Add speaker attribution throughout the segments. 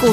Speaker 1: 股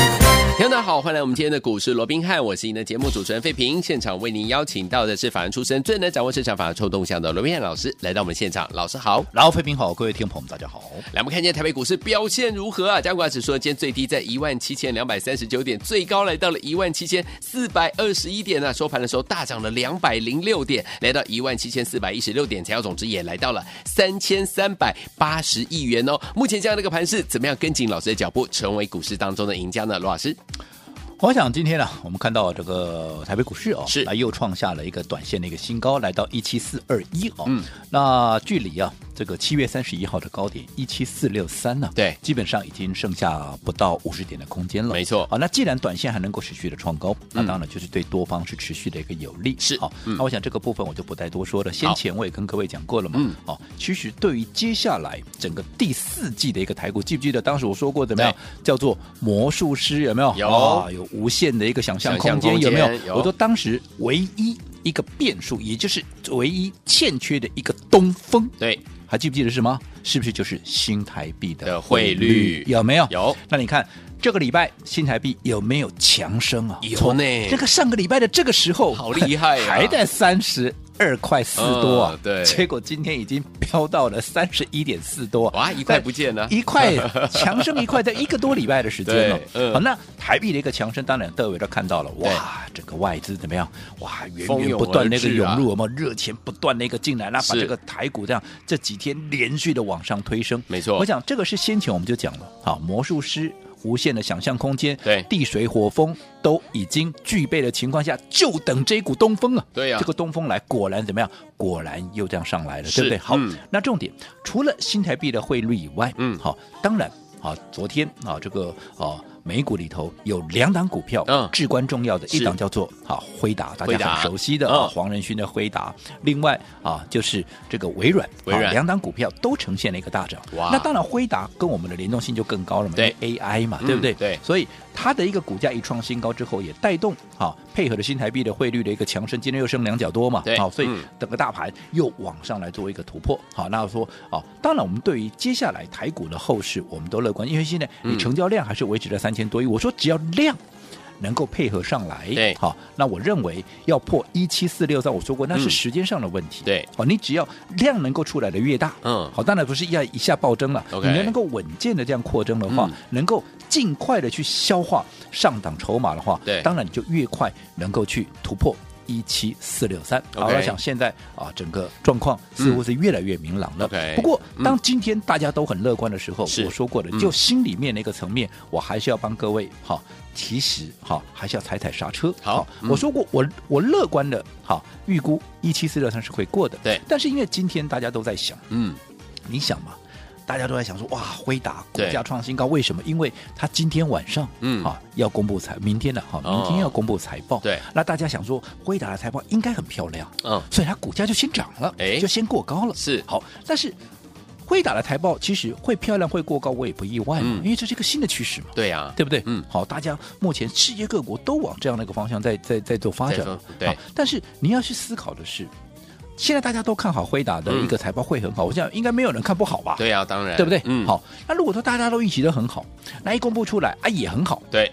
Speaker 2: 听众大家好，欢迎来我们今天的股市罗宾汉，我是您的节目主持人费平。现场为您邀请到的是法案出身、最能掌握市场法案臭动向的罗宾汉老师，来到我们现场。老师好，
Speaker 3: 然后，飞平好，各位听众朋友们，大家好。
Speaker 2: 来我们看见台北股市表现如何啊？加管指数今天最低在一万七千两百三十九点，最高来到了一万七千四百二十一点呢、收盘的时候大涨了两百零六点，来到一万七千四百一十六点，成交总值也来到了三千三百八十亿元哦。目前这样的一个盘势，怎么样跟紧老师的脚步，成为股市当中的赢家呢？罗老师，
Speaker 3: 我想今天呢、我们看到这个台北股市哦，
Speaker 2: 是
Speaker 3: 来又创下了一个短线的一个新高，来到一七四二一哦。
Speaker 2: 嗯，
Speaker 3: 那距离啊这个七月三十一号的高点一七四六三呢，
Speaker 2: 对
Speaker 3: 基本上已经剩下不到五十点的空间了。
Speaker 2: 没错
Speaker 3: 好，那既然短线还能够持续的创高，那
Speaker 2: 嗯
Speaker 3: 当然就是对多方是持续的一个有利。
Speaker 2: 是
Speaker 3: 好，
Speaker 2: 嗯
Speaker 3: 那我想这个部分我就不再多说了。先
Speaker 2: 好
Speaker 3: 前我也跟各位讲过了嘛
Speaker 2: 嗯，
Speaker 3: 哦，其实对于接下来整个第四季的一个台股，记不记得当时我说过怎么样叫做魔术师有没有？
Speaker 2: 有
Speaker 3: 啊有无限的一个想象空间，
Speaker 2: 想象空间
Speaker 3: 有没
Speaker 2: 有
Speaker 3: 有？我说当时唯一一个变数，也就是唯一欠缺的一个东风，
Speaker 2: 对，
Speaker 3: 还记不记得是什么？是不是就是新台币的
Speaker 2: 的汇率
Speaker 3: 有没有？
Speaker 2: 有
Speaker 3: 那你看这个礼拜新台币有没有强升啊？
Speaker 2: 有
Speaker 3: 从
Speaker 2: 呢
Speaker 3: 这个上个礼拜的这个时候，
Speaker 2: 哎好厉害啊
Speaker 3: 还在三十。二块四多啊
Speaker 2: 嗯，对
Speaker 3: 结果今天已经飙到了三十一点四多啊，
Speaker 2: 哇，一块不见了，
Speaker 3: 一块强升一块，在一个多礼拜的时间了
Speaker 2: 对。嗯
Speaker 3: 好，那台币的一个强升，当然各位都看到了，
Speaker 2: 对
Speaker 3: 哇，整个外资怎么样？哇，源
Speaker 2: 蜂
Speaker 3: 源
Speaker 2: 拥
Speaker 3: 不断的一
Speaker 2: 而
Speaker 3: 个
Speaker 2: 至啊
Speaker 3: 涌入，我们热钱不断的一个进来，那把
Speaker 2: 是
Speaker 3: 这个台股这样这几天连续的往上推升。
Speaker 2: 没错
Speaker 3: 我想这个是先前我们就讲了，好，魔术师。无限的想象空间，
Speaker 2: 对
Speaker 3: 地水火风都已经具备的情况下，就等这一股东风啊！
Speaker 2: 对呀
Speaker 3: 这个东风来，果然怎么样？果然又这样上来了，
Speaker 2: 是
Speaker 3: 对不对？好，
Speaker 2: 嗯
Speaker 3: 那重点除了新台币的汇率以外，
Speaker 2: 嗯
Speaker 3: 好，当然啊，昨天啊，这个啊，美股里头有两档股票，
Speaker 2: 嗯
Speaker 3: 至关重要的
Speaker 2: 是
Speaker 3: 一档叫做啊辉达，大
Speaker 2: 辉
Speaker 3: 家
Speaker 2: 达
Speaker 3: 很熟悉的、
Speaker 2: 嗯
Speaker 3: 啊黄仁勋的辉达，另外啊就是这个微软，
Speaker 2: 微软
Speaker 3: 啊两档股票都呈现了一个大涨。
Speaker 2: 哇
Speaker 3: 那当然辉达跟我们的联动性就更高了嘛，
Speaker 2: 对
Speaker 3: 因为 AI 嘛，
Speaker 2: 嗯
Speaker 3: 对不对？
Speaker 2: 对
Speaker 3: 所以它的一个股价一创新高之后，也带动啊配合着新台币的汇率的一个强升，今天又升两角多嘛，
Speaker 2: 对
Speaker 3: 好，所以
Speaker 2: 嗯
Speaker 3: 整个大盘又往上来做一个突破。好，那说啊，当然我们对于接下来台股的后市，我们都乐观，因为现在
Speaker 2: 嗯
Speaker 3: 你成交量还是维持在三千多亿。我说只要量。能够配合上来，
Speaker 2: 对
Speaker 3: 好，那我认为要破一七四六三，我说过那是
Speaker 2: 嗯
Speaker 3: 时间上的问题，
Speaker 2: 对，
Speaker 3: 好，你只要量能够出来的越大，
Speaker 2: 嗯
Speaker 3: 好，当然不是要一下暴增了
Speaker 2: OK
Speaker 3: 你能够稳健的这样扩增的话，
Speaker 2: 嗯
Speaker 3: 能够尽快的去消化上档筹码的话，
Speaker 2: 对
Speaker 3: 当然你就越快能够去突破。一七四六三，好，
Speaker 2: OK 嗯
Speaker 3: 我想现在啊，整个状况似乎是越来越明朗了。
Speaker 2: OK，
Speaker 3: 不过
Speaker 2: 嗯
Speaker 3: 当今天大家都很乐观的时候，
Speaker 2: 是
Speaker 3: 我说过的，
Speaker 2: 嗯
Speaker 3: 就心里面那个层面，我还是要帮各位哈，其实哈，还是要踩踩刹车。
Speaker 2: 好嗯
Speaker 3: 我说过，我我乐观的哈，预估一七四六三是会过的。
Speaker 2: 对
Speaker 3: 但是因为今天大家都在想。
Speaker 2: 嗯，
Speaker 3: 你想嘛，大家都在想说，哇，辉达股
Speaker 2: 对
Speaker 3: 价创新高，为什么？因为它今天晚上，
Speaker 2: 嗯
Speaker 3: 啊，要公布财，明天了哈，
Speaker 2: 哦
Speaker 3: 明天要公布财报，
Speaker 2: 对
Speaker 3: 那大家想说，辉达的财报应该很漂亮，
Speaker 2: 嗯，
Speaker 3: 所以它股价就先涨了，
Speaker 2: 哎
Speaker 3: 就先过高了，
Speaker 2: 是
Speaker 3: 好，但是。辉达的财报其实会漂亮会过高，我也不意外嘛，
Speaker 2: 嗯
Speaker 3: 因为这是一个新的趋势嘛。
Speaker 2: 对啊，
Speaker 3: 对不对？
Speaker 2: 嗯
Speaker 3: 好，大家目前世界各国都往这样的一个方向在在在做发
Speaker 2: 在
Speaker 3: 展
Speaker 2: 做
Speaker 3: 嘛，
Speaker 2: 对
Speaker 3: 好但是你要去思考的是，现在大家都看好辉达的一个财报会很好，我想应该没有人看不好吧？
Speaker 2: 对啊，当然，
Speaker 3: 对不对？
Speaker 2: 嗯，，
Speaker 3: 好，那如果说大家都预期的很好，那一公布出来啊也很好，
Speaker 2: 对，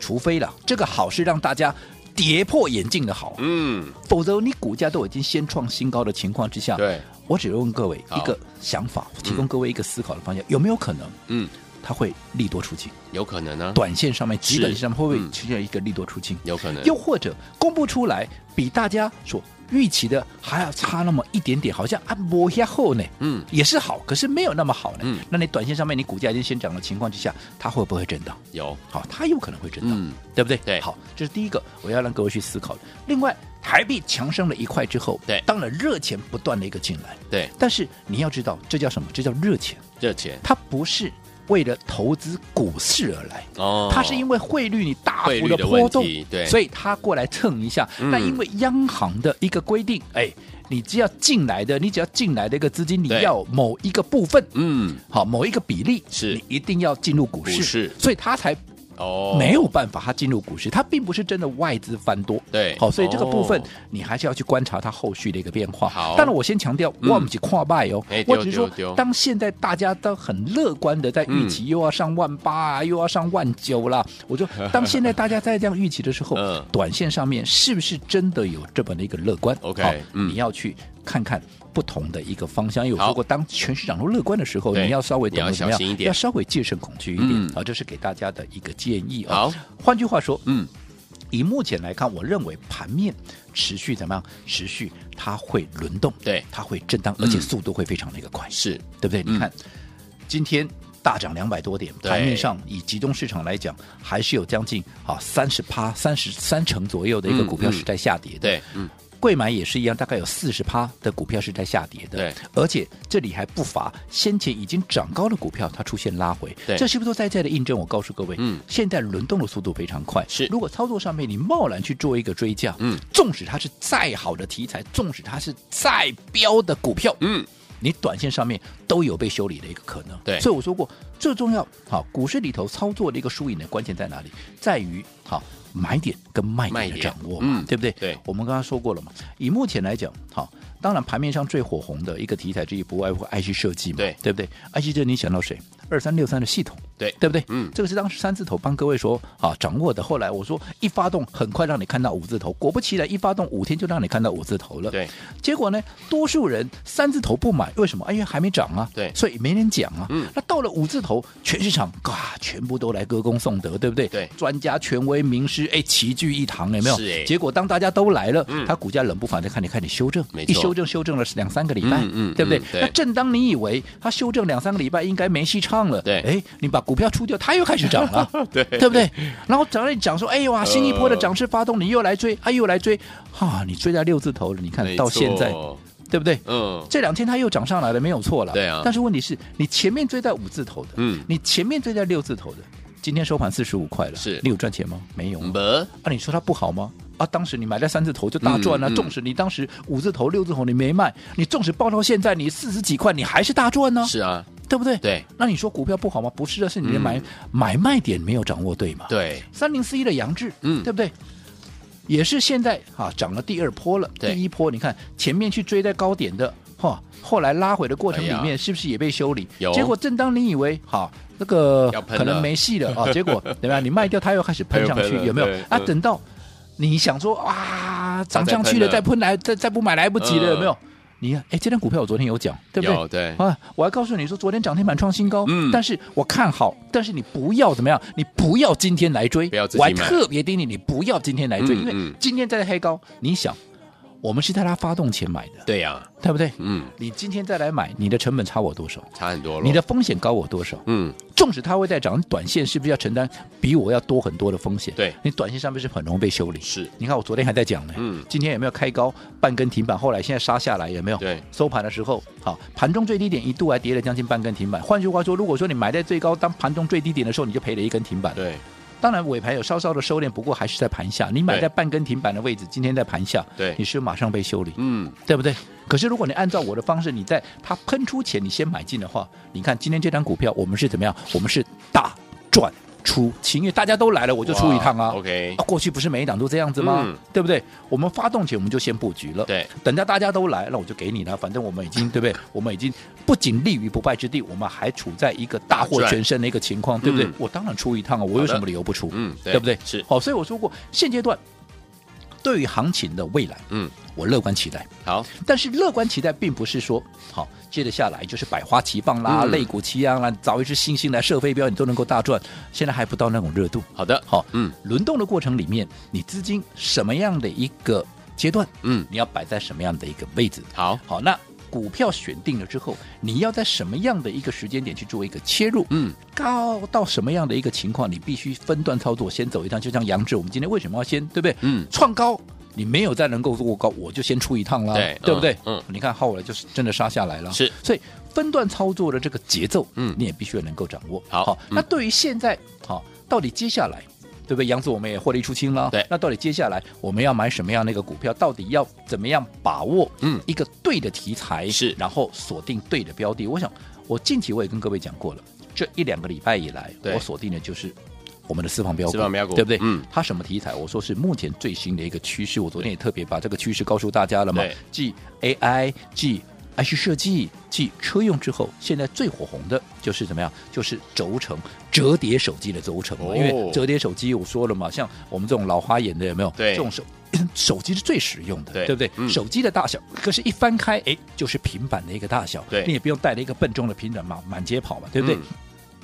Speaker 3: 除非了这个好是让大家跌破眼镜的好，
Speaker 2: 嗯，
Speaker 3: 否则你股价都已经先创新高的情况之下，
Speaker 2: 对，
Speaker 3: 我只问各位
Speaker 2: 好
Speaker 3: 一个想法，提供各位一个思考的方向，有没有可能
Speaker 2: 嗯，
Speaker 3: 它会利多出尽？
Speaker 2: 有可能呢，
Speaker 3: 短线上面、基本
Speaker 2: 是
Speaker 3: 线上面会不
Speaker 2: 嗯
Speaker 3: 会出现一个利多出尽？
Speaker 2: 有可能，
Speaker 3: 又或者公布出来比大家所预期的还要差那么一点点，好像啊按摩一下后呢，
Speaker 2: 嗯，
Speaker 3: 也是好，可是没有那么好呢。
Speaker 2: 嗯
Speaker 3: 那你短线上面你股价已经先涨的情况之下，它会不会震荡？
Speaker 2: 有，
Speaker 3: 好，它有可能会震荡，
Speaker 2: 嗯
Speaker 3: 对不对？
Speaker 2: 对
Speaker 3: 好，这是第一个我要让各位去思考的。另外，台币强升了一块之后，
Speaker 2: 对
Speaker 3: 当然热钱不断的一个进来，
Speaker 2: 对，
Speaker 3: 但是你要知道，这叫什么？这叫热钱，
Speaker 2: 热钱
Speaker 3: 它不是为了投资股市而来，
Speaker 2: 哦
Speaker 3: 它是因为汇率你大
Speaker 2: 汇
Speaker 3: 幅
Speaker 2: 率
Speaker 3: 的
Speaker 2: 的
Speaker 3: 波
Speaker 2: 问
Speaker 3: 动
Speaker 2: 题，对
Speaker 3: 所以它过来蹭一下。
Speaker 2: 嗯
Speaker 3: 那因为央行的一个规定，哎，你只要进来的，你只要进来的一个资金，你
Speaker 2: 对
Speaker 3: 要某一个部分，
Speaker 2: 嗯，
Speaker 3: 好，某一个比例，
Speaker 2: 是
Speaker 3: 你一定要进入股市，
Speaker 2: 股市
Speaker 3: 所以它才
Speaker 2: 哦，
Speaker 3: 没有办法，它进入股市，它并不是真的外资翻多。
Speaker 2: 对
Speaker 3: 好，所以这个部分
Speaker 2: 哦
Speaker 3: 你还是要去观察它后续的一个变化。
Speaker 2: 好
Speaker 3: 当然我先强调，
Speaker 2: 嗯
Speaker 3: 我们是跨拜哦
Speaker 2: 哎，
Speaker 3: 我
Speaker 2: 对
Speaker 3: 只是说
Speaker 2: 对对，
Speaker 3: 当现在大家都很乐观的在预期又要上万八啊，又要上万九啦，我就当现在大家在这样预期的时候
Speaker 2: 嗯，
Speaker 3: 短线上面是不是真的有这么的一个乐观
Speaker 2: OK，
Speaker 3: 好
Speaker 2: 嗯
Speaker 3: 你要去看看。不同的一个方向，因为我
Speaker 2: 好
Speaker 3: 说过，当全市场都乐观的时候，
Speaker 2: 对
Speaker 3: 你要稍微
Speaker 2: 你要
Speaker 3: 懂得怎
Speaker 2: 小
Speaker 3: 么样
Speaker 2: 心一点
Speaker 3: 要稍微戒慎恐惧一点
Speaker 2: 嗯
Speaker 3: 啊，这是给大家的一个建议啊。
Speaker 2: 好，
Speaker 3: 换句话说，
Speaker 2: 嗯，
Speaker 3: 以目前来看，我认为盘面持续怎么样？持续它会轮动，
Speaker 2: 对
Speaker 3: 它会震荡，
Speaker 2: 嗯
Speaker 3: 而且速度会非常的一个快，
Speaker 2: 是
Speaker 3: 对不对？
Speaker 2: 嗯
Speaker 3: 你看今天。大涨两百多点，
Speaker 2: 对
Speaker 3: 盘面上以集中市场来讲，还是有将近啊三十趴、三十三成左右的一个
Speaker 2: 嗯
Speaker 3: 股票
Speaker 2: 嗯
Speaker 3: 是在下跌的。
Speaker 2: 对，嗯，
Speaker 3: 贵买也是一样，大概有四十趴的股票是在下跌的，
Speaker 2: 对，
Speaker 3: 而且这里还不乏先前已经涨高的股票，它出现拉回，
Speaker 2: 对
Speaker 3: 这是不是都在在的印证？我告诉各位，
Speaker 2: 嗯
Speaker 3: 现在轮动的速度非常快，
Speaker 2: 是
Speaker 3: 如果操作上面你贸然去做一个追价，
Speaker 2: 嗯，
Speaker 3: 纵使它是再好的题材，纵使它是再标的股票，
Speaker 2: 嗯，
Speaker 3: 你短线上面都有被修理的一个可能。
Speaker 2: 对
Speaker 3: 所以我说过，最重要好，股市里头操作的一个输赢的关键在哪里？在于好买点跟卖
Speaker 2: 卖
Speaker 3: 点的
Speaker 2: 点
Speaker 3: 掌握嘛，
Speaker 2: 嗯
Speaker 3: 对不对？
Speaker 2: 对
Speaker 3: 我们刚刚说过了嘛，以目前来讲，好。当然，盘面上最火红的一个题材之一，不外乎 IC 设计嘛，
Speaker 2: 对
Speaker 3: 对不对？IC 设计你想到谁？二三六三的系统，
Speaker 2: 对
Speaker 3: 对不对？
Speaker 2: 嗯
Speaker 3: 这个是当时三字头帮各位说啊掌握的。后来我说一发动，很快让你看到五字头，果不其然，一发动五天就让你看到五字头了。
Speaker 2: 对，
Speaker 3: 结果呢，多数人三字头不买，为什么？哎因为还没涨啊，
Speaker 2: 对
Speaker 3: 所以没人讲啊。
Speaker 2: 嗯
Speaker 3: 那到了五字头，全市场嘎、全部都来歌功颂德，对不对？
Speaker 2: 对
Speaker 3: 专家、权威、名师，哎，齐聚一堂，有没有？
Speaker 2: 是哎
Speaker 3: 结果当大家都来了，
Speaker 2: 嗯
Speaker 3: 它股价冷不防的看你看你修正
Speaker 2: 没，错
Speaker 3: 一修正修正了两三个礼拜，
Speaker 2: 嗯嗯
Speaker 3: 对不对？
Speaker 2: 嗯对
Speaker 3: 那正当你以为它修正两三个礼拜应该没戏唱了，
Speaker 2: 对
Speaker 3: 哎，你把股票出掉，它又开始涨了，
Speaker 2: 对呃
Speaker 3: 对不对？然后涨了你讲说，哎呦啊，新一波的涨势发动，你又来追，哎、又来追，哈、你追在六字头了，你看
Speaker 2: 没
Speaker 3: 到现在，
Speaker 2: 错
Speaker 3: 对不对？
Speaker 2: 嗯，
Speaker 3: 这两天它又涨上来了，没有错了。
Speaker 2: 对啊
Speaker 3: 但是问题是你前面追在五字头的，
Speaker 2: 嗯
Speaker 3: 你前面追在六字头的，今天收盘四十五块了，
Speaker 2: 是
Speaker 3: 你有赚钱吗？没有啊。
Speaker 2: 没
Speaker 3: 啊，你说它不好吗？啊，当时你买在三字头就大赚了、
Speaker 2: 嗯嗯
Speaker 3: 纵使你当时五字头、六字头你没卖，你纵使报到现在你四十几块，你还是大赚呢、
Speaker 2: 是啊，
Speaker 3: 对不对？。
Speaker 2: 对
Speaker 3: 那你说股票不好吗？不是的，是你的
Speaker 2: 嗯
Speaker 3: 买、买卖点没有掌握对嘛？。
Speaker 2: 对，
Speaker 3: 三零四一的杨志，
Speaker 2: 嗯
Speaker 3: 啊对不对？也是现在啊涨了第二波了，
Speaker 2: 对
Speaker 3: 第一波你看前面去追在高点的，哈、后来拉回的过程里
Speaker 2: 哎呀
Speaker 3: 面是不是也被修理？
Speaker 2: 有
Speaker 3: 结果正当你以为哈、那个
Speaker 2: 要喷了
Speaker 3: 可能没戏了 啊，结果怎么样？你卖掉它又开始喷上
Speaker 2: 它又
Speaker 3: 去
Speaker 2: 喷了，
Speaker 3: 有没有
Speaker 2: 对？
Speaker 3: 啊，
Speaker 2: 嗯
Speaker 3: 等到你想说
Speaker 2: 它
Speaker 3: 啊涨上去
Speaker 2: 再喷
Speaker 3: 了
Speaker 2: 了
Speaker 3: 再喷来再再不买来不及了，
Speaker 2: 嗯
Speaker 3: 有没有？你看，哎，这张股票我昨天有讲，对不对？
Speaker 2: 有对，
Speaker 3: 啊，我还告诉你说，昨天涨停板创新高，
Speaker 2: 哎嗯
Speaker 3: 但是我看好，但是你不要怎么样，你不要今天来追，
Speaker 2: 不要自己
Speaker 3: 我还
Speaker 2: 买
Speaker 3: 特别叮咛你不要今天来
Speaker 2: 嗯
Speaker 3: 追，因
Speaker 2: 嗯
Speaker 3: 为今天在黑高，你想，我们是在它发动前买的，
Speaker 2: 对呀，
Speaker 3: 对不对？
Speaker 2: 嗯，
Speaker 3: 你今天再来买，你的成本差我多少？
Speaker 2: 差很多了，
Speaker 3: 你的风险高我多少？
Speaker 2: 嗯，
Speaker 3: 纵使它会在涨，你短线是不是要承担比我要多很多的风险？
Speaker 2: 对
Speaker 3: 你短线上面是很容易被修理。
Speaker 2: 是
Speaker 3: 你看我昨天还在讲呢，
Speaker 2: 嗯
Speaker 3: 今天有没有开高半根停板？后来现在杀下来有没有？
Speaker 2: 对
Speaker 3: 收盘的时候，好，盘中最低点一度还跌了将近半根停板。换句话说，如果说你买在最高，当盘中最低点的时候，你就赔了一根停板。
Speaker 2: 对，
Speaker 3: 当然尾盘有稍稍的收敛，不过还是在盘下。你买在半根停板的位置，今天在盘下，
Speaker 2: 对
Speaker 3: 你是不是马上被修理，
Speaker 2: 嗯，
Speaker 3: 对不对？可是如果你按照我的方式，你在它喷出前你先买进的话，你看今天这张股票我们是怎么样？我们是大赚出清，因为大家都来了，我
Speaker 2: 我
Speaker 3: 就出一趟啊。
Speaker 2: ，OK，
Speaker 3: 啊，过去不是每一档都这样子吗？
Speaker 2: 嗯
Speaker 3: 对不对？我们发动前我们就先布局了，
Speaker 2: 对，
Speaker 3: 等到大家都来，那我就给你了。反正我们已经 对不对？我们已经不仅立于不败之地，我们还处在一个大获全胜的一个情况，对不对？
Speaker 2: 嗯
Speaker 3: 我当然出一趟啊，我有什么理由不出？
Speaker 2: 嗯，
Speaker 3: 对不对？
Speaker 2: 是，
Speaker 3: 好，所以我说过，现阶段对于行情的未来，
Speaker 2: 嗯，
Speaker 3: 我乐观期待。
Speaker 2: 好，
Speaker 3: 但是乐观期待并不是说好，接着下来就是百花齐放啦、
Speaker 2: 嗯
Speaker 3: 肋骨齐扬啦，找一只星星来射飞镖，你都能够大赚。现在还不到那种热度。
Speaker 2: 好的，
Speaker 3: 好，
Speaker 2: 嗯
Speaker 3: 轮动的过程里面，你资金什么样的一个阶段，
Speaker 2: 嗯，
Speaker 3: 你要摆在什么样的一个位置？
Speaker 2: 好，
Speaker 3: 好，那股票选定了之后，你要在什么样的一个时间点去做一个切入？
Speaker 2: 嗯，
Speaker 3: 高到什么样的一个情况，你必须分段操作，先走一趟。就像杨志，我们今天为什么要先，对不对？
Speaker 2: 嗯
Speaker 3: 创高。你没有再能够过高，我就先出一趟啦，
Speaker 2: 对
Speaker 3: 不啊对？
Speaker 2: 嗯嗯嗯
Speaker 3: 你看后来就是真的杀下来了，
Speaker 2: 是，
Speaker 3: 所以分段操作的这个节奏，
Speaker 2: 嗯
Speaker 3: 你也必须能够掌握。
Speaker 2: 好嗯
Speaker 3: 那对于现在，好、到底接下来对不对？杨子我们也获利出清了。
Speaker 2: 对
Speaker 3: 那到底接下来我们要买什么样的一个股票？到底要怎么样把握？
Speaker 2: 嗯
Speaker 3: 一个对的题材
Speaker 2: 是
Speaker 3: 然后锁定对的标的。我想，我近期我也跟各位讲过了，这一两个礼拜以来，
Speaker 2: 对
Speaker 3: 我锁定的就是我们的私房标股，
Speaker 2: 私房标股
Speaker 3: 对不对？
Speaker 2: 嗯
Speaker 3: 它什么题材？我说是目前最新的一个趋势。我昨天也特别把这个趋势告诉大家了嘛
Speaker 2: 对，
Speaker 3: 继 AI 继 H 设计继车用之后，现在最火红的就是怎么样？就是轴承折叠手机的轴承嘛，
Speaker 2: 哦
Speaker 3: 因为折叠手机我说了嘛，像我们这种老花眼的有没有？
Speaker 2: 对
Speaker 3: 这种手 手机是最实用的，
Speaker 2: 对
Speaker 3: 不对？
Speaker 2: 嗯
Speaker 3: 手机的大小，可是一翻开，哎，就是平板的一个大小，
Speaker 2: 对
Speaker 3: 你也不用带着一个笨重的平板嘛，满街跑嘛，对不对？
Speaker 2: 嗯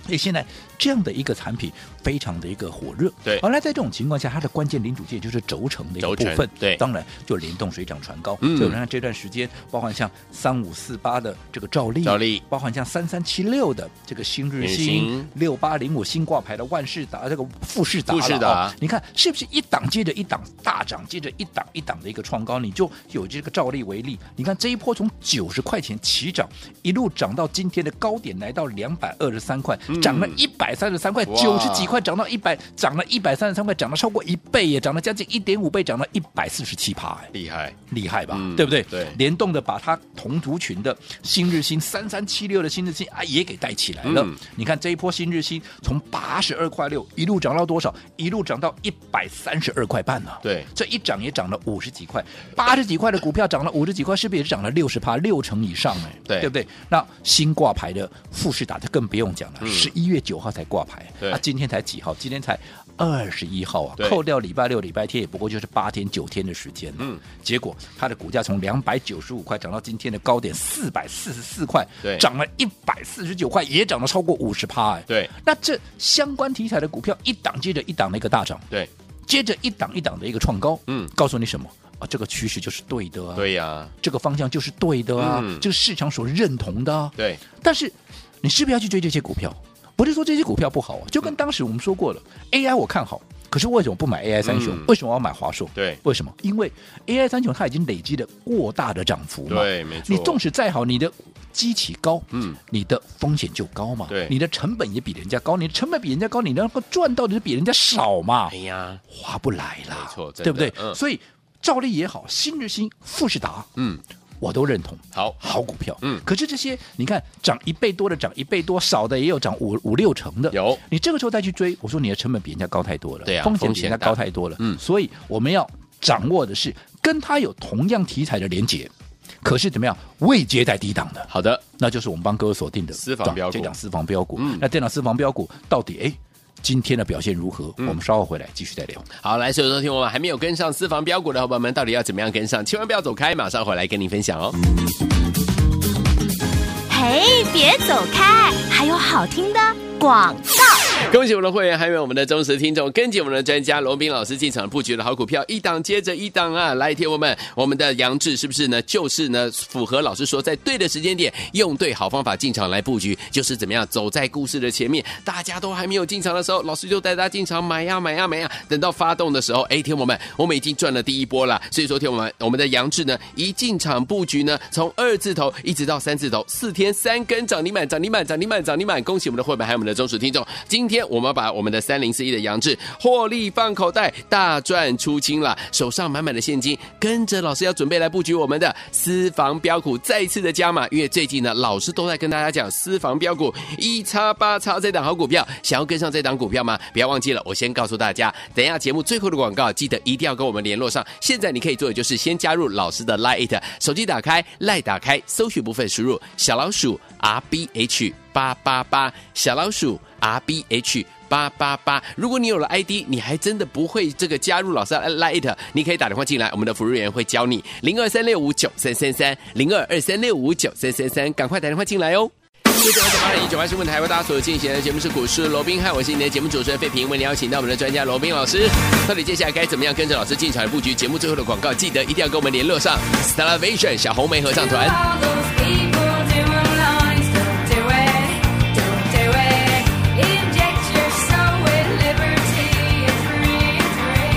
Speaker 3: 所以现在这样的一个产品非常的一个火热，
Speaker 2: 对
Speaker 3: 好，那在这种情况下，它的关键零组件就是轴承的一个
Speaker 2: 轴
Speaker 3: 部
Speaker 2: 承
Speaker 3: 分，
Speaker 2: 对
Speaker 3: 当然就联动水涨船高。
Speaker 2: 嗯
Speaker 3: 所以你看这段时间，包含像三五四八的这个兆利，
Speaker 2: 兆利
Speaker 3: 包含像三三七六的这个新日
Speaker 2: 日
Speaker 3: 新
Speaker 2: 新，
Speaker 3: 六八零五新挂牌的万事达，这个富士达了，
Speaker 2: 富士达
Speaker 3: 哦你看是不是一档接着一档大涨，接着一档一档的一个创高？你就有这个兆例为例，你看这一波从九十块钱起涨，一路涨到今天的高点，来到两百二十三块，涨了一百三十三块，
Speaker 2: 嗯哇
Speaker 3: 九十几块涨到一百，涨了一百三十三块，涨了超过一倍耶，涨了将近一点五倍，涨了一百四十七趴哎。
Speaker 2: 厉害，
Speaker 3: 厉害吧，
Speaker 2: 嗯
Speaker 3: 对不对？
Speaker 2: 对
Speaker 3: 联动的把它同族群的新日新三三七六的新日新啊也给带起来了。
Speaker 2: 嗯
Speaker 3: 你看这一波新日新从八十二块六一路涨到多少？一路涨到一百三十二块半呢、
Speaker 2: 对
Speaker 3: 这一涨也涨了五十几块，八十几块的股票涨了五十几块，是不是也是涨了六十趴，六成以上哎？
Speaker 2: 对
Speaker 3: 对不对？那新挂牌的富士达就更不用讲了，
Speaker 2: 嗯
Speaker 3: 十一、月九号才挂牌，
Speaker 2: 对
Speaker 3: 啊，今天才几号？今天才二十一号啊
Speaker 2: 对，
Speaker 3: 扣掉礼拜六、礼拜天，也不过就是八天、九天的时间了。
Speaker 2: 嗯
Speaker 3: 结果它的股价从两百九十五块涨到今天的高点四百四十四块，
Speaker 2: 对
Speaker 3: 涨了一百四十九块，也涨了超过五十趴。哎，
Speaker 2: 对
Speaker 3: 那这相关题材的股票一档接着一档的一个大涨，
Speaker 2: 对
Speaker 3: 接着一档一档的一个创高，
Speaker 2: 嗯
Speaker 3: 告诉你什么啊？这个趋势就是对的啊，
Speaker 2: 对呀、
Speaker 3: 这个方向就是对的啊，
Speaker 2: 嗯
Speaker 3: 这个市场所认同的啊。
Speaker 2: 对
Speaker 3: 但是你是不是要去追这些股票？不是说这些股票不好啊，就跟当时我们说过了、a i 我看好，可是为什么不买 AI 三雄？
Speaker 2: 嗯
Speaker 3: 为什么我要买华硕？
Speaker 2: 对
Speaker 3: 为什么？因为 AI 三雄它已经累积了过大的涨幅嘛。
Speaker 2: 对，没错，
Speaker 3: 你纵使再好，你的基期高，
Speaker 2: 嗯，
Speaker 3: 你的风险就高嘛，
Speaker 2: 对
Speaker 3: 你的成本也比人家高，你的成本比人家高，你能够赚到的就比人家少嘛
Speaker 2: 哎，呀，
Speaker 3: 划不来啦，
Speaker 2: 没错真的
Speaker 3: 对不对？
Speaker 2: 嗯
Speaker 3: 所以照例也好，新日新、富士达，
Speaker 2: 嗯，
Speaker 3: 我都认同，
Speaker 2: 好
Speaker 3: 好股票，
Speaker 2: 嗯
Speaker 3: 可是这些你看涨一倍多的，涨一倍多，少的也有涨五五六成的，
Speaker 2: 有
Speaker 3: 你这个时候再去追，我说你的成本比人家高太多了，
Speaker 2: 对啊
Speaker 3: 风险
Speaker 2: 风
Speaker 3: 比
Speaker 2: 险
Speaker 3: 人家
Speaker 2: 大
Speaker 3: 高太多了，
Speaker 2: 嗯
Speaker 3: 所以我们要掌握的是跟它有同样题材的连接，可是怎么样未接在低档的，
Speaker 2: 好的，
Speaker 3: 那就是我们帮各位锁定的
Speaker 2: 私房标股
Speaker 3: 这档私房标股，
Speaker 2: 嗯
Speaker 3: 那这档私房标股到底哎今天的表现如何？
Speaker 2: 嗯
Speaker 3: 我们稍后回来继续再聊。
Speaker 2: 好，来，所有收听我们还没有跟上私房标股的伙伴们，到底要怎么样跟上？千万不要走开，马上回来跟您分享哦。
Speaker 1: 嘿，别走开，还有好听的广告。
Speaker 2: 恭喜我们的会员，还有我们的忠实听众，跟紧我们的专家罗斌老师进场布局的好股票，一档接着一档啊！来，铁友们，我们的杨志是不是呢？就是呢，符合老师说，在对的时间点，用对好方法进场来布局，就是怎么样走在故事的前面。大家都还没有进场的时候，老师就带大家进场买呀买呀买呀。等到发动的时候，哎，铁友们，我们已经赚了第一波了。所以说，铁友们，我们的杨志呢，一进场布局呢，从二字头一直到三字头，四天三根涨停板，涨停板，涨停板，涨停板，恭喜我们的会员还有我们的忠实听众。今天我们把我们的三零四一的杨志获利放口袋，大赚出清了，手上满满的现金，跟着老师要准备来布局我们的私房标股，再一次的加码。因为最近呢，老师都在跟大家讲私房标股一叉八叉这档好股票，想要跟上这档股票吗？不要忘记了，我先告诉大家，等一下节目最后的广告，记得一定要跟我们联络上。现在你可以做的就是先加入老师的 Lite，手机打开 Lite 打开，搜寻部分输入小老鼠 R B H。八八八，小老鼠 R B H 八八八。如果你有了 ID，你还真的不会这个加入老师的 Lite，你可以打电话进来，我们的服务员会教你零二三六五九三三三零二二三六五九三三三，赶快打电话进来哦。九九九八点一九八新闻台为大家所进行的节目是股市罗宾汉，我是你的节目主持人费平，为你邀请到我们的专家罗宾老师。到底接下来该怎么样跟着老师进场来布局？节目最后的广告记得一定要跟我们联络上 Star Vision 小红梅合唱团。
Speaker 4: All those people doing lines, don't do it, don't do it. Inject your soul with liberty, it's free,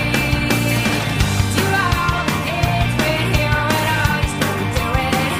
Speaker 4: free. Do all the kids with hero eyes, don't do it,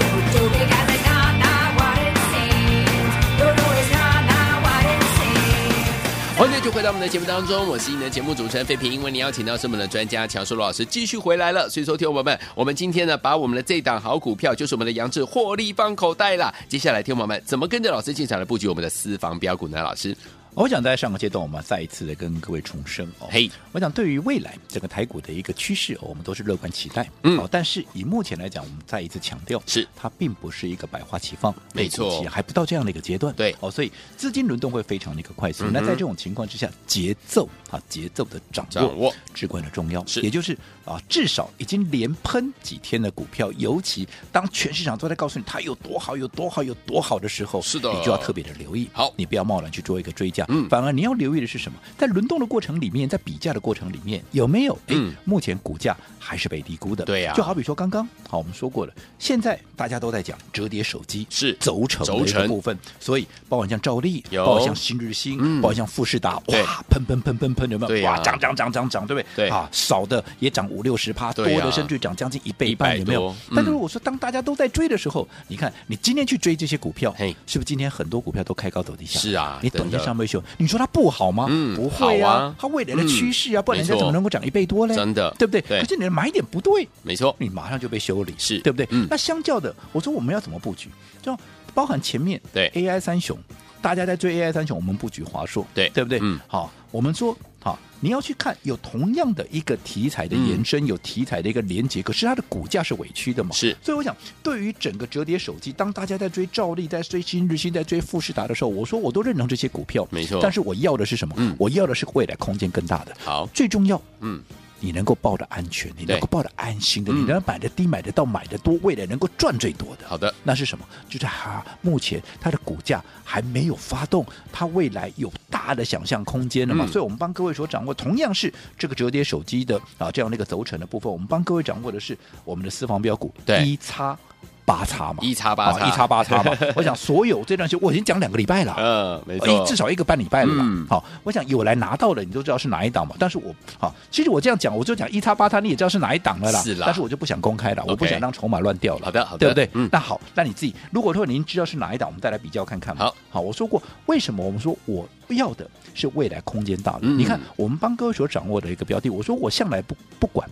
Speaker 4: don't do it, because it's not, not what it seems. No, no, it's not, not what it seems.
Speaker 2: 欢迎就回到我们们的节目当中，我是你的节目主持人费平，为您邀请到是我们的专家乔叔罗老师继续回来了。所以说，听众朋友们，我们今天呢，把我们的这档好股票，就是我们的杨志获利放口袋啦。接下来，听众朋友们怎么跟着老师进场来布局我们的私房标股呢？老师，
Speaker 3: 我想在上个阶段，我们再一次的跟各位重申哦，
Speaker 2: 嘿
Speaker 3: 我想对于未来整个台股的一个趋势、哦，我们都是乐观期待，
Speaker 2: 嗯
Speaker 3: 哦，但是以目前来讲，我们再一次强调，
Speaker 2: 是
Speaker 3: 它并不是一个百花齐放，
Speaker 2: 没错
Speaker 3: 内股期还不到这样的一个阶段，
Speaker 2: 对
Speaker 3: 哦，所以资金轮动会非常的一个快速。
Speaker 2: 嗯哼
Speaker 3: 那在这种情况之下，节奏啊，节奏的掌握
Speaker 2: 掌握
Speaker 3: 至关的重要，
Speaker 2: 是
Speaker 3: 也就是啊，至少已经连喷几天的股票，尤其当全市场都在告诉你它有多好、有多好、有多好的时候，
Speaker 2: 是的
Speaker 3: 你就要特别的留意，
Speaker 2: 好
Speaker 3: 你不要贸然去做一个追加，
Speaker 2: 嗯
Speaker 3: 反而你要留意的是什么？在轮动的过程里面，在比价的过程里面，有没有？哎、
Speaker 2: 嗯
Speaker 3: 目前股价还是被低估的。
Speaker 2: 对呀
Speaker 3: 就好比说刚刚，好，我们说过了，现在大家都在讲折叠手机
Speaker 2: 是
Speaker 3: 轴承
Speaker 2: 轴
Speaker 3: 的一
Speaker 2: 承
Speaker 3: 个部分，所以包括像兆力，
Speaker 2: 有
Speaker 3: 包括像新日新，
Speaker 2: 嗯
Speaker 3: 包括像富士达，
Speaker 2: 对
Speaker 3: 哇，喷喷喷喷喷，有没有？
Speaker 2: 对呀
Speaker 3: 哇，涨涨涨涨涨，对不对？
Speaker 2: 对
Speaker 3: 啊，少的也涨五六十趴，多
Speaker 2: 对呀
Speaker 3: 的甚至涨将近一倍
Speaker 2: 100
Speaker 3: 半，有没有
Speaker 2: 多？
Speaker 3: 但是
Speaker 2: 嗯
Speaker 3: 如果说当大家都在追的时候，你看你今天去追这些股票
Speaker 2: 嘿，
Speaker 3: 是不是今天很多股票都开高走低下？
Speaker 2: 是啊
Speaker 3: 你短
Speaker 2: 真
Speaker 3: 线
Speaker 2: 的
Speaker 3: 上面修，你说它不好吗？
Speaker 2: 嗯
Speaker 3: 不会
Speaker 2: 好
Speaker 3: 啊
Speaker 2: 啊，
Speaker 3: 它未来的趋势啊，
Speaker 2: 嗯
Speaker 3: 不然人
Speaker 2: 没
Speaker 3: 家
Speaker 2: 错
Speaker 3: 怎么能够涨一倍多嘞？
Speaker 2: 真的
Speaker 3: 对不对？
Speaker 2: 对
Speaker 3: 可是你的买点不对，
Speaker 2: 没错，
Speaker 3: 你马上就被修理，
Speaker 2: 是
Speaker 3: 对不对？
Speaker 2: 嗯
Speaker 3: 那相较的，我说我们要怎么布局？就包含前面
Speaker 2: 对
Speaker 3: AI 三雄，大家在追 AI 三雄，我们布局华硕，
Speaker 2: 对
Speaker 3: 对不对？
Speaker 2: 嗯
Speaker 3: 好，我们说好，你要去看有同样的一个题材的延伸，有题材的一个连接，可是它的股价是委屈的嘛？
Speaker 2: 嗯是
Speaker 3: 所以我想，对于整个折叠手机，当大家在追兆力、在追新日新、在追富士达的时候，我说我都认同这些股票，
Speaker 2: 没错
Speaker 3: 但是我要的是什么？
Speaker 2: 嗯
Speaker 3: 我要的是未来空间更大的。
Speaker 2: 好，
Speaker 3: 最重要，
Speaker 2: 嗯，
Speaker 3: 你能够抱着安全，你
Speaker 2: 对
Speaker 3: 能够抱着安心的，
Speaker 2: 嗯
Speaker 3: 你能买的低、买得到、买得多，未来能够赚最多的。
Speaker 2: 好的，
Speaker 3: 那是什么？就是它、目前它的股价还没有发动，它未来有大的想象空间的嘛。
Speaker 2: 嗯
Speaker 3: 所以，我们帮各位所掌握，同样是这个折叠手机的啊这样的一个轴承的部分，我们帮各位掌握的是我们的私房标股
Speaker 2: 对
Speaker 3: 一叉八叉嘛，
Speaker 2: 一叉八叉
Speaker 3: 啊一叉八叉嘛。我想所有这段时间我已经讲两个礼拜 了，
Speaker 2: 嗯，没
Speaker 3: 哦一
Speaker 2: 错，
Speaker 3: 哎至少一个半礼拜了吧。
Speaker 2: 嗯
Speaker 3: 好，我想有来拿到的，你都知道是哪一档嘛。但是我好，其实我这样讲，我就讲一叉八叉，你也知道是哪一档了啦。
Speaker 2: 是啦
Speaker 3: 但是我就不想公开了，我不
Speaker 2: OK
Speaker 3: 想让筹码乱掉了。
Speaker 2: 好的好的
Speaker 3: 对不对？
Speaker 2: 嗯
Speaker 3: 那好，那你自己，如果说您知道是哪一档，我们再来比较看看嘛。
Speaker 2: 好，
Speaker 3: 好，我说过，为什么我们说我要的是未来空间大的？
Speaker 2: 嗯
Speaker 3: 你看，我们帮各位所掌握的一个标的，我说我向来不不管。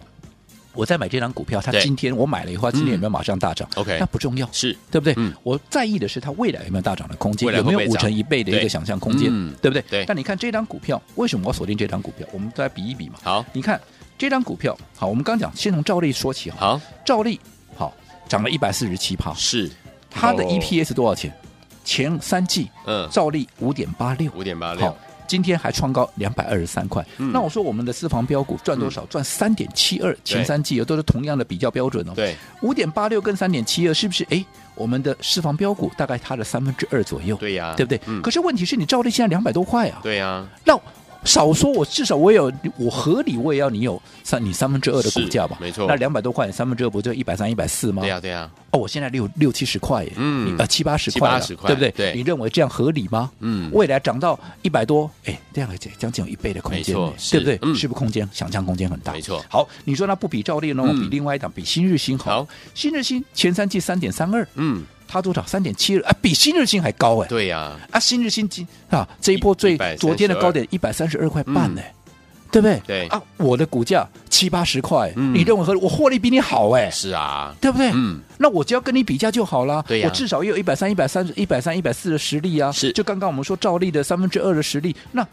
Speaker 3: 我在买这张股票，它
Speaker 2: 对嗯
Speaker 3: 今天我买了以后，它今天有没有马上大涨、
Speaker 2: OK
Speaker 3: 那不重要，
Speaker 2: 是
Speaker 3: 对不对？
Speaker 2: 嗯
Speaker 3: 我在意的是它未来有没有大涨的空间，
Speaker 2: 未来
Speaker 3: 有没有
Speaker 2: 会不
Speaker 3: 五
Speaker 2: 会涨
Speaker 3: 成一倍的一
Speaker 2: 对
Speaker 3: 个想象空间，
Speaker 2: 嗯
Speaker 3: 对不对？
Speaker 2: 对
Speaker 3: 但你看这张股票，为什么我要锁定这张股票？我们再比一比嘛。
Speaker 2: 好，
Speaker 3: 你看这张股票，好，我们刚讲，先从照例说起哈。
Speaker 2: 好，
Speaker 3: 照例好涨了一百四十七趴，
Speaker 2: 是，
Speaker 3: 它的
Speaker 2: 哦
Speaker 3: EPS 多少钱？前三季
Speaker 2: 嗯，
Speaker 3: 照例五点八六，
Speaker 2: 五点八
Speaker 3: 好
Speaker 2: 六，，
Speaker 3: 今天还创高两百二十三块。
Speaker 2: 嗯
Speaker 3: 那我说我们的私房标股赚多少？赚三点七二，前三季都是同样的比较标准哦。
Speaker 2: 对，
Speaker 3: 五点八六跟三点七二是不是？哎，我们的私房标股大概它的三分之二左右，
Speaker 2: 对呀
Speaker 3: 对不对？
Speaker 2: 嗯
Speaker 3: 可是问题是你照例现在两百多块啊，
Speaker 2: 对呀，
Speaker 3: 那少说我至少我也有我合理我也要你有三你三分之二的股
Speaker 2: 是
Speaker 3: 价吧？
Speaker 2: 没错
Speaker 3: 那两百多块，你三分之二不就一百三一百四吗？
Speaker 2: 对呀，对呀，
Speaker 3: 哦，我现在六六七十块耶，
Speaker 2: 嗯
Speaker 3: 你呃七八十
Speaker 2: 七
Speaker 3: 块了，
Speaker 2: 八十块
Speaker 3: 对不对？
Speaker 2: 对
Speaker 3: 你认为这样合理吗？
Speaker 2: 嗯
Speaker 3: 未来涨到一百多，哎，这样将近有一倍的空
Speaker 2: 没
Speaker 3: 间
Speaker 2: 错
Speaker 3: 呢，
Speaker 2: 是
Speaker 3: 对不对？
Speaker 2: 嗯
Speaker 3: 是不是空间想象空间很大？
Speaker 2: 没错
Speaker 3: 好，你说那不比照例呢？我
Speaker 2: 嗯
Speaker 3: 比另外一档，比新日新好
Speaker 2: 好。
Speaker 3: 新日新前三季三点三二，
Speaker 2: 嗯，
Speaker 3: 它多少？三点七二，啊，比新日新还高哎。
Speaker 2: 对呀，
Speaker 3: 啊，新日新今啊这一波最
Speaker 2: 132
Speaker 3: 昨天的高点一百三十二块半呢、对不对？
Speaker 2: 嗯对
Speaker 3: 啊，我的股价七八十块，
Speaker 2: 嗯
Speaker 3: 你认为合理？我获利比你好哎、
Speaker 2: 是啊，
Speaker 3: 对不对？
Speaker 2: 嗯，
Speaker 3: 那我只要跟你比价就好啦。
Speaker 2: 对呀
Speaker 3: 我至少也有一百三、一百三、一百三、一百四的实力啊。
Speaker 2: 是
Speaker 3: 就刚刚我们说照例的三分之二的实力，那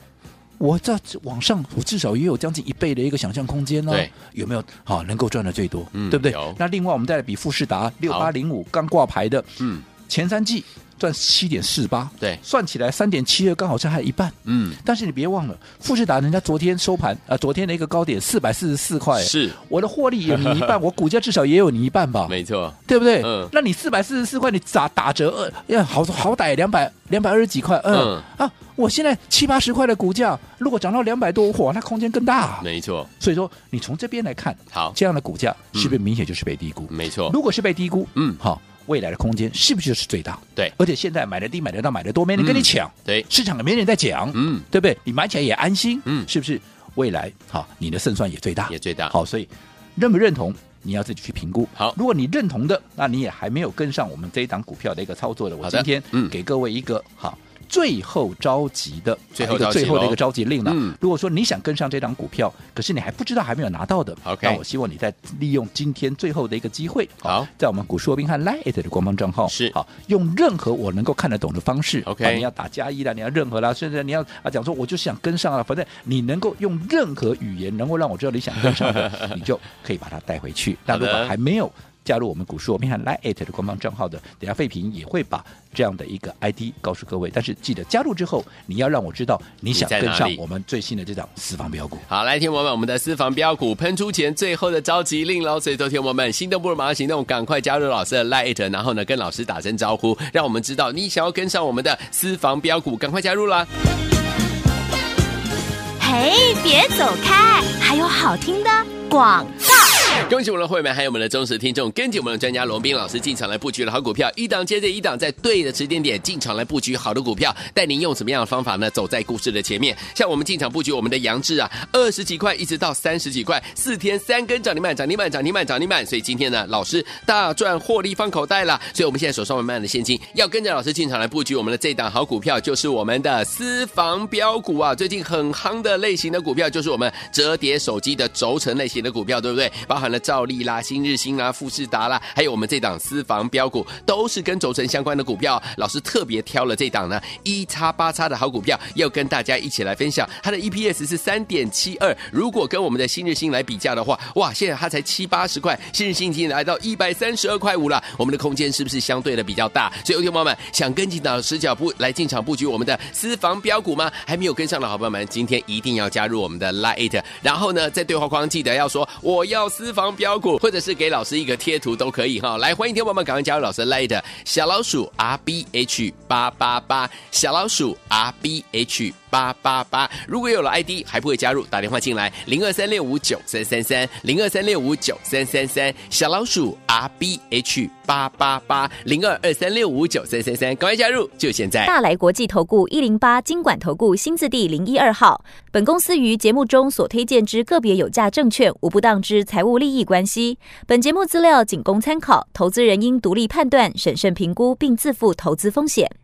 Speaker 3: 我在往上，我至少也有将近一倍的一个想象空间呢、
Speaker 2: 对
Speaker 3: 有没有？好，能够赚的最多，
Speaker 2: 嗯
Speaker 3: 对不对
Speaker 2: 有？
Speaker 3: 那另外我们再来比富士达六八零五刚挂牌的，
Speaker 2: 嗯，
Speaker 3: 前三季赚七点四八，
Speaker 2: 对
Speaker 3: 算起来三点七二，刚好差还有一半。
Speaker 2: 嗯，
Speaker 3: 但是你别忘了，富士达人家昨天收盘啊、呃昨天的一个高点四百四十四块，
Speaker 2: 是
Speaker 3: 我的获利有你一半，我股价至少也有你一半吧，
Speaker 2: 没错，
Speaker 3: 对不对？
Speaker 2: 嗯
Speaker 3: 那你四百四十四块，你打打折二，要好好歹两百两百二十几块，嗯啊，我现在七八十块的股价，如果涨到两百多，哇，那空间更大、啊
Speaker 2: 没错，
Speaker 3: 所以说，你从这边来看，
Speaker 2: 好，
Speaker 3: 这样的股价是不是明显就是被低估？
Speaker 2: 没错，
Speaker 3: 如果是被低估，
Speaker 2: 嗯
Speaker 3: 好，未来的空间是不是就是最大？
Speaker 2: 对
Speaker 3: 而且现在买的低、买得到、买的多，没人跟你抢，
Speaker 2: 对，
Speaker 3: 市场也没人在讲，
Speaker 2: 嗯，
Speaker 3: 对不对？你买起来也安心，
Speaker 2: 嗯
Speaker 3: 是不是？未来好，你的胜算也最大，
Speaker 2: 也最大，，
Speaker 3: 好，所以认不认同？你要自己去评估。
Speaker 2: 好
Speaker 3: 如果你认同的，那你也还没有跟上我们这一档股票的一个操作的，
Speaker 2: 好
Speaker 3: 我
Speaker 2: 的
Speaker 3: 今天
Speaker 2: 嗯
Speaker 3: 给各位一个好最后召集的啊
Speaker 2: 最
Speaker 3: 一
Speaker 2: 后
Speaker 3: 个
Speaker 2: 召集
Speaker 3: 最后的一
Speaker 2: 咯
Speaker 3: 个召集令了。
Speaker 2: 嗯
Speaker 3: 如果说你想跟上这档股票，可是你还不知道还没有拿到的
Speaker 2: OK
Speaker 3: 那我希望你再利用今天最后的一个机会，
Speaker 2: 好
Speaker 3: 在我们股市罗宾汉 Lite 的官方账号
Speaker 2: 是
Speaker 3: 好，用任何我能够看得懂的方式
Speaker 2: OK
Speaker 3: 啊你要打加一啦，你要任何啦，甚至你要啊讲说我就想跟上了，反正你能够用任何语言能够让我知道你想跟 上的，你就可以把它带回去。那
Speaker 2: 好
Speaker 3: 如
Speaker 2: 的
Speaker 3: 果还没有加入我们股市，我们看 Lite 的官方账号的，等下费平也会把这样的一个 ID 告诉各位。但是记得加入之后，你要让我知道你想
Speaker 2: 你在哪
Speaker 3: 跟上
Speaker 2: 里
Speaker 3: 我们最新的这档私房标股。
Speaker 2: 好，来，天王们，我们的私房标股喷出前最后的召集令喽，所以，昨天我们心动不如马上行动，赶快加入老师的 Light，然后呢，跟老师打声招呼，让我们知道你想要跟上我们的私房标股，赶快加入啦！
Speaker 1: 嘿，别走开，还有好听的广告。
Speaker 2: 恭喜我们的会员，还有我们的忠实听众，跟紧我们的专家龙斌老师进场来布局的好股票，一档接着一档，在对的时间点进场来布局好的股票，带您用什么样的方法呢？走在故事的前面。像我们进场布局我们的杨志啊，二十几块一直到三十几块，四天三根涨停板，涨停板，涨停板，涨停板。所以今天呢，老师大赚获利放口袋了。所以我们现在手上满满的现金，要跟着老师进场来布局我们的这档好股票，就是我们的私房标股啊，最近很夯的类型的股票就是我们折叠手机的轴承类型的股票，对不对？包含了兆利啦、新日新啊啦、富士达啦，还有我们这档私房标股，都是跟轴承相关的股票。老师特别挑了这档呢一叉八叉的好股票，要跟大家一起来分享。它的 EPS 是三点七二，如果跟我们的新日新来比较的话，哇，现在它才七八十块，新日新已经来到一百三十二块五了，我们的空间是不是相对的比较大？所以，有听众朋友们想跟紧老师脚步来进场布局我们的私房标股吗？还没有跟上的好朋友们，今天一定要加入我们的 Lite，然后呢，在对话框记得要说我要私房标股，或者是给老师一个贴图都可以哈。来，欢迎听众朋友们赶快加入老师的 Lite 小老鼠 R B H 八八八小老鼠 R B H。八八八。如果有了 ID 还不会加入，打电话进来零二三六五九三三三零二三六五九三三三小老鼠 R B H 八八八零二二三六五九三三三，赶快加入，就现在。
Speaker 5: 大来国际投顾一零八金管投顾新字第零一二号。本公司于节目中所推荐之个别有价证券，无不当之财务利益关系。本节目资料仅供参考，投资人应独立判断、审慎评估，并自负投资风险。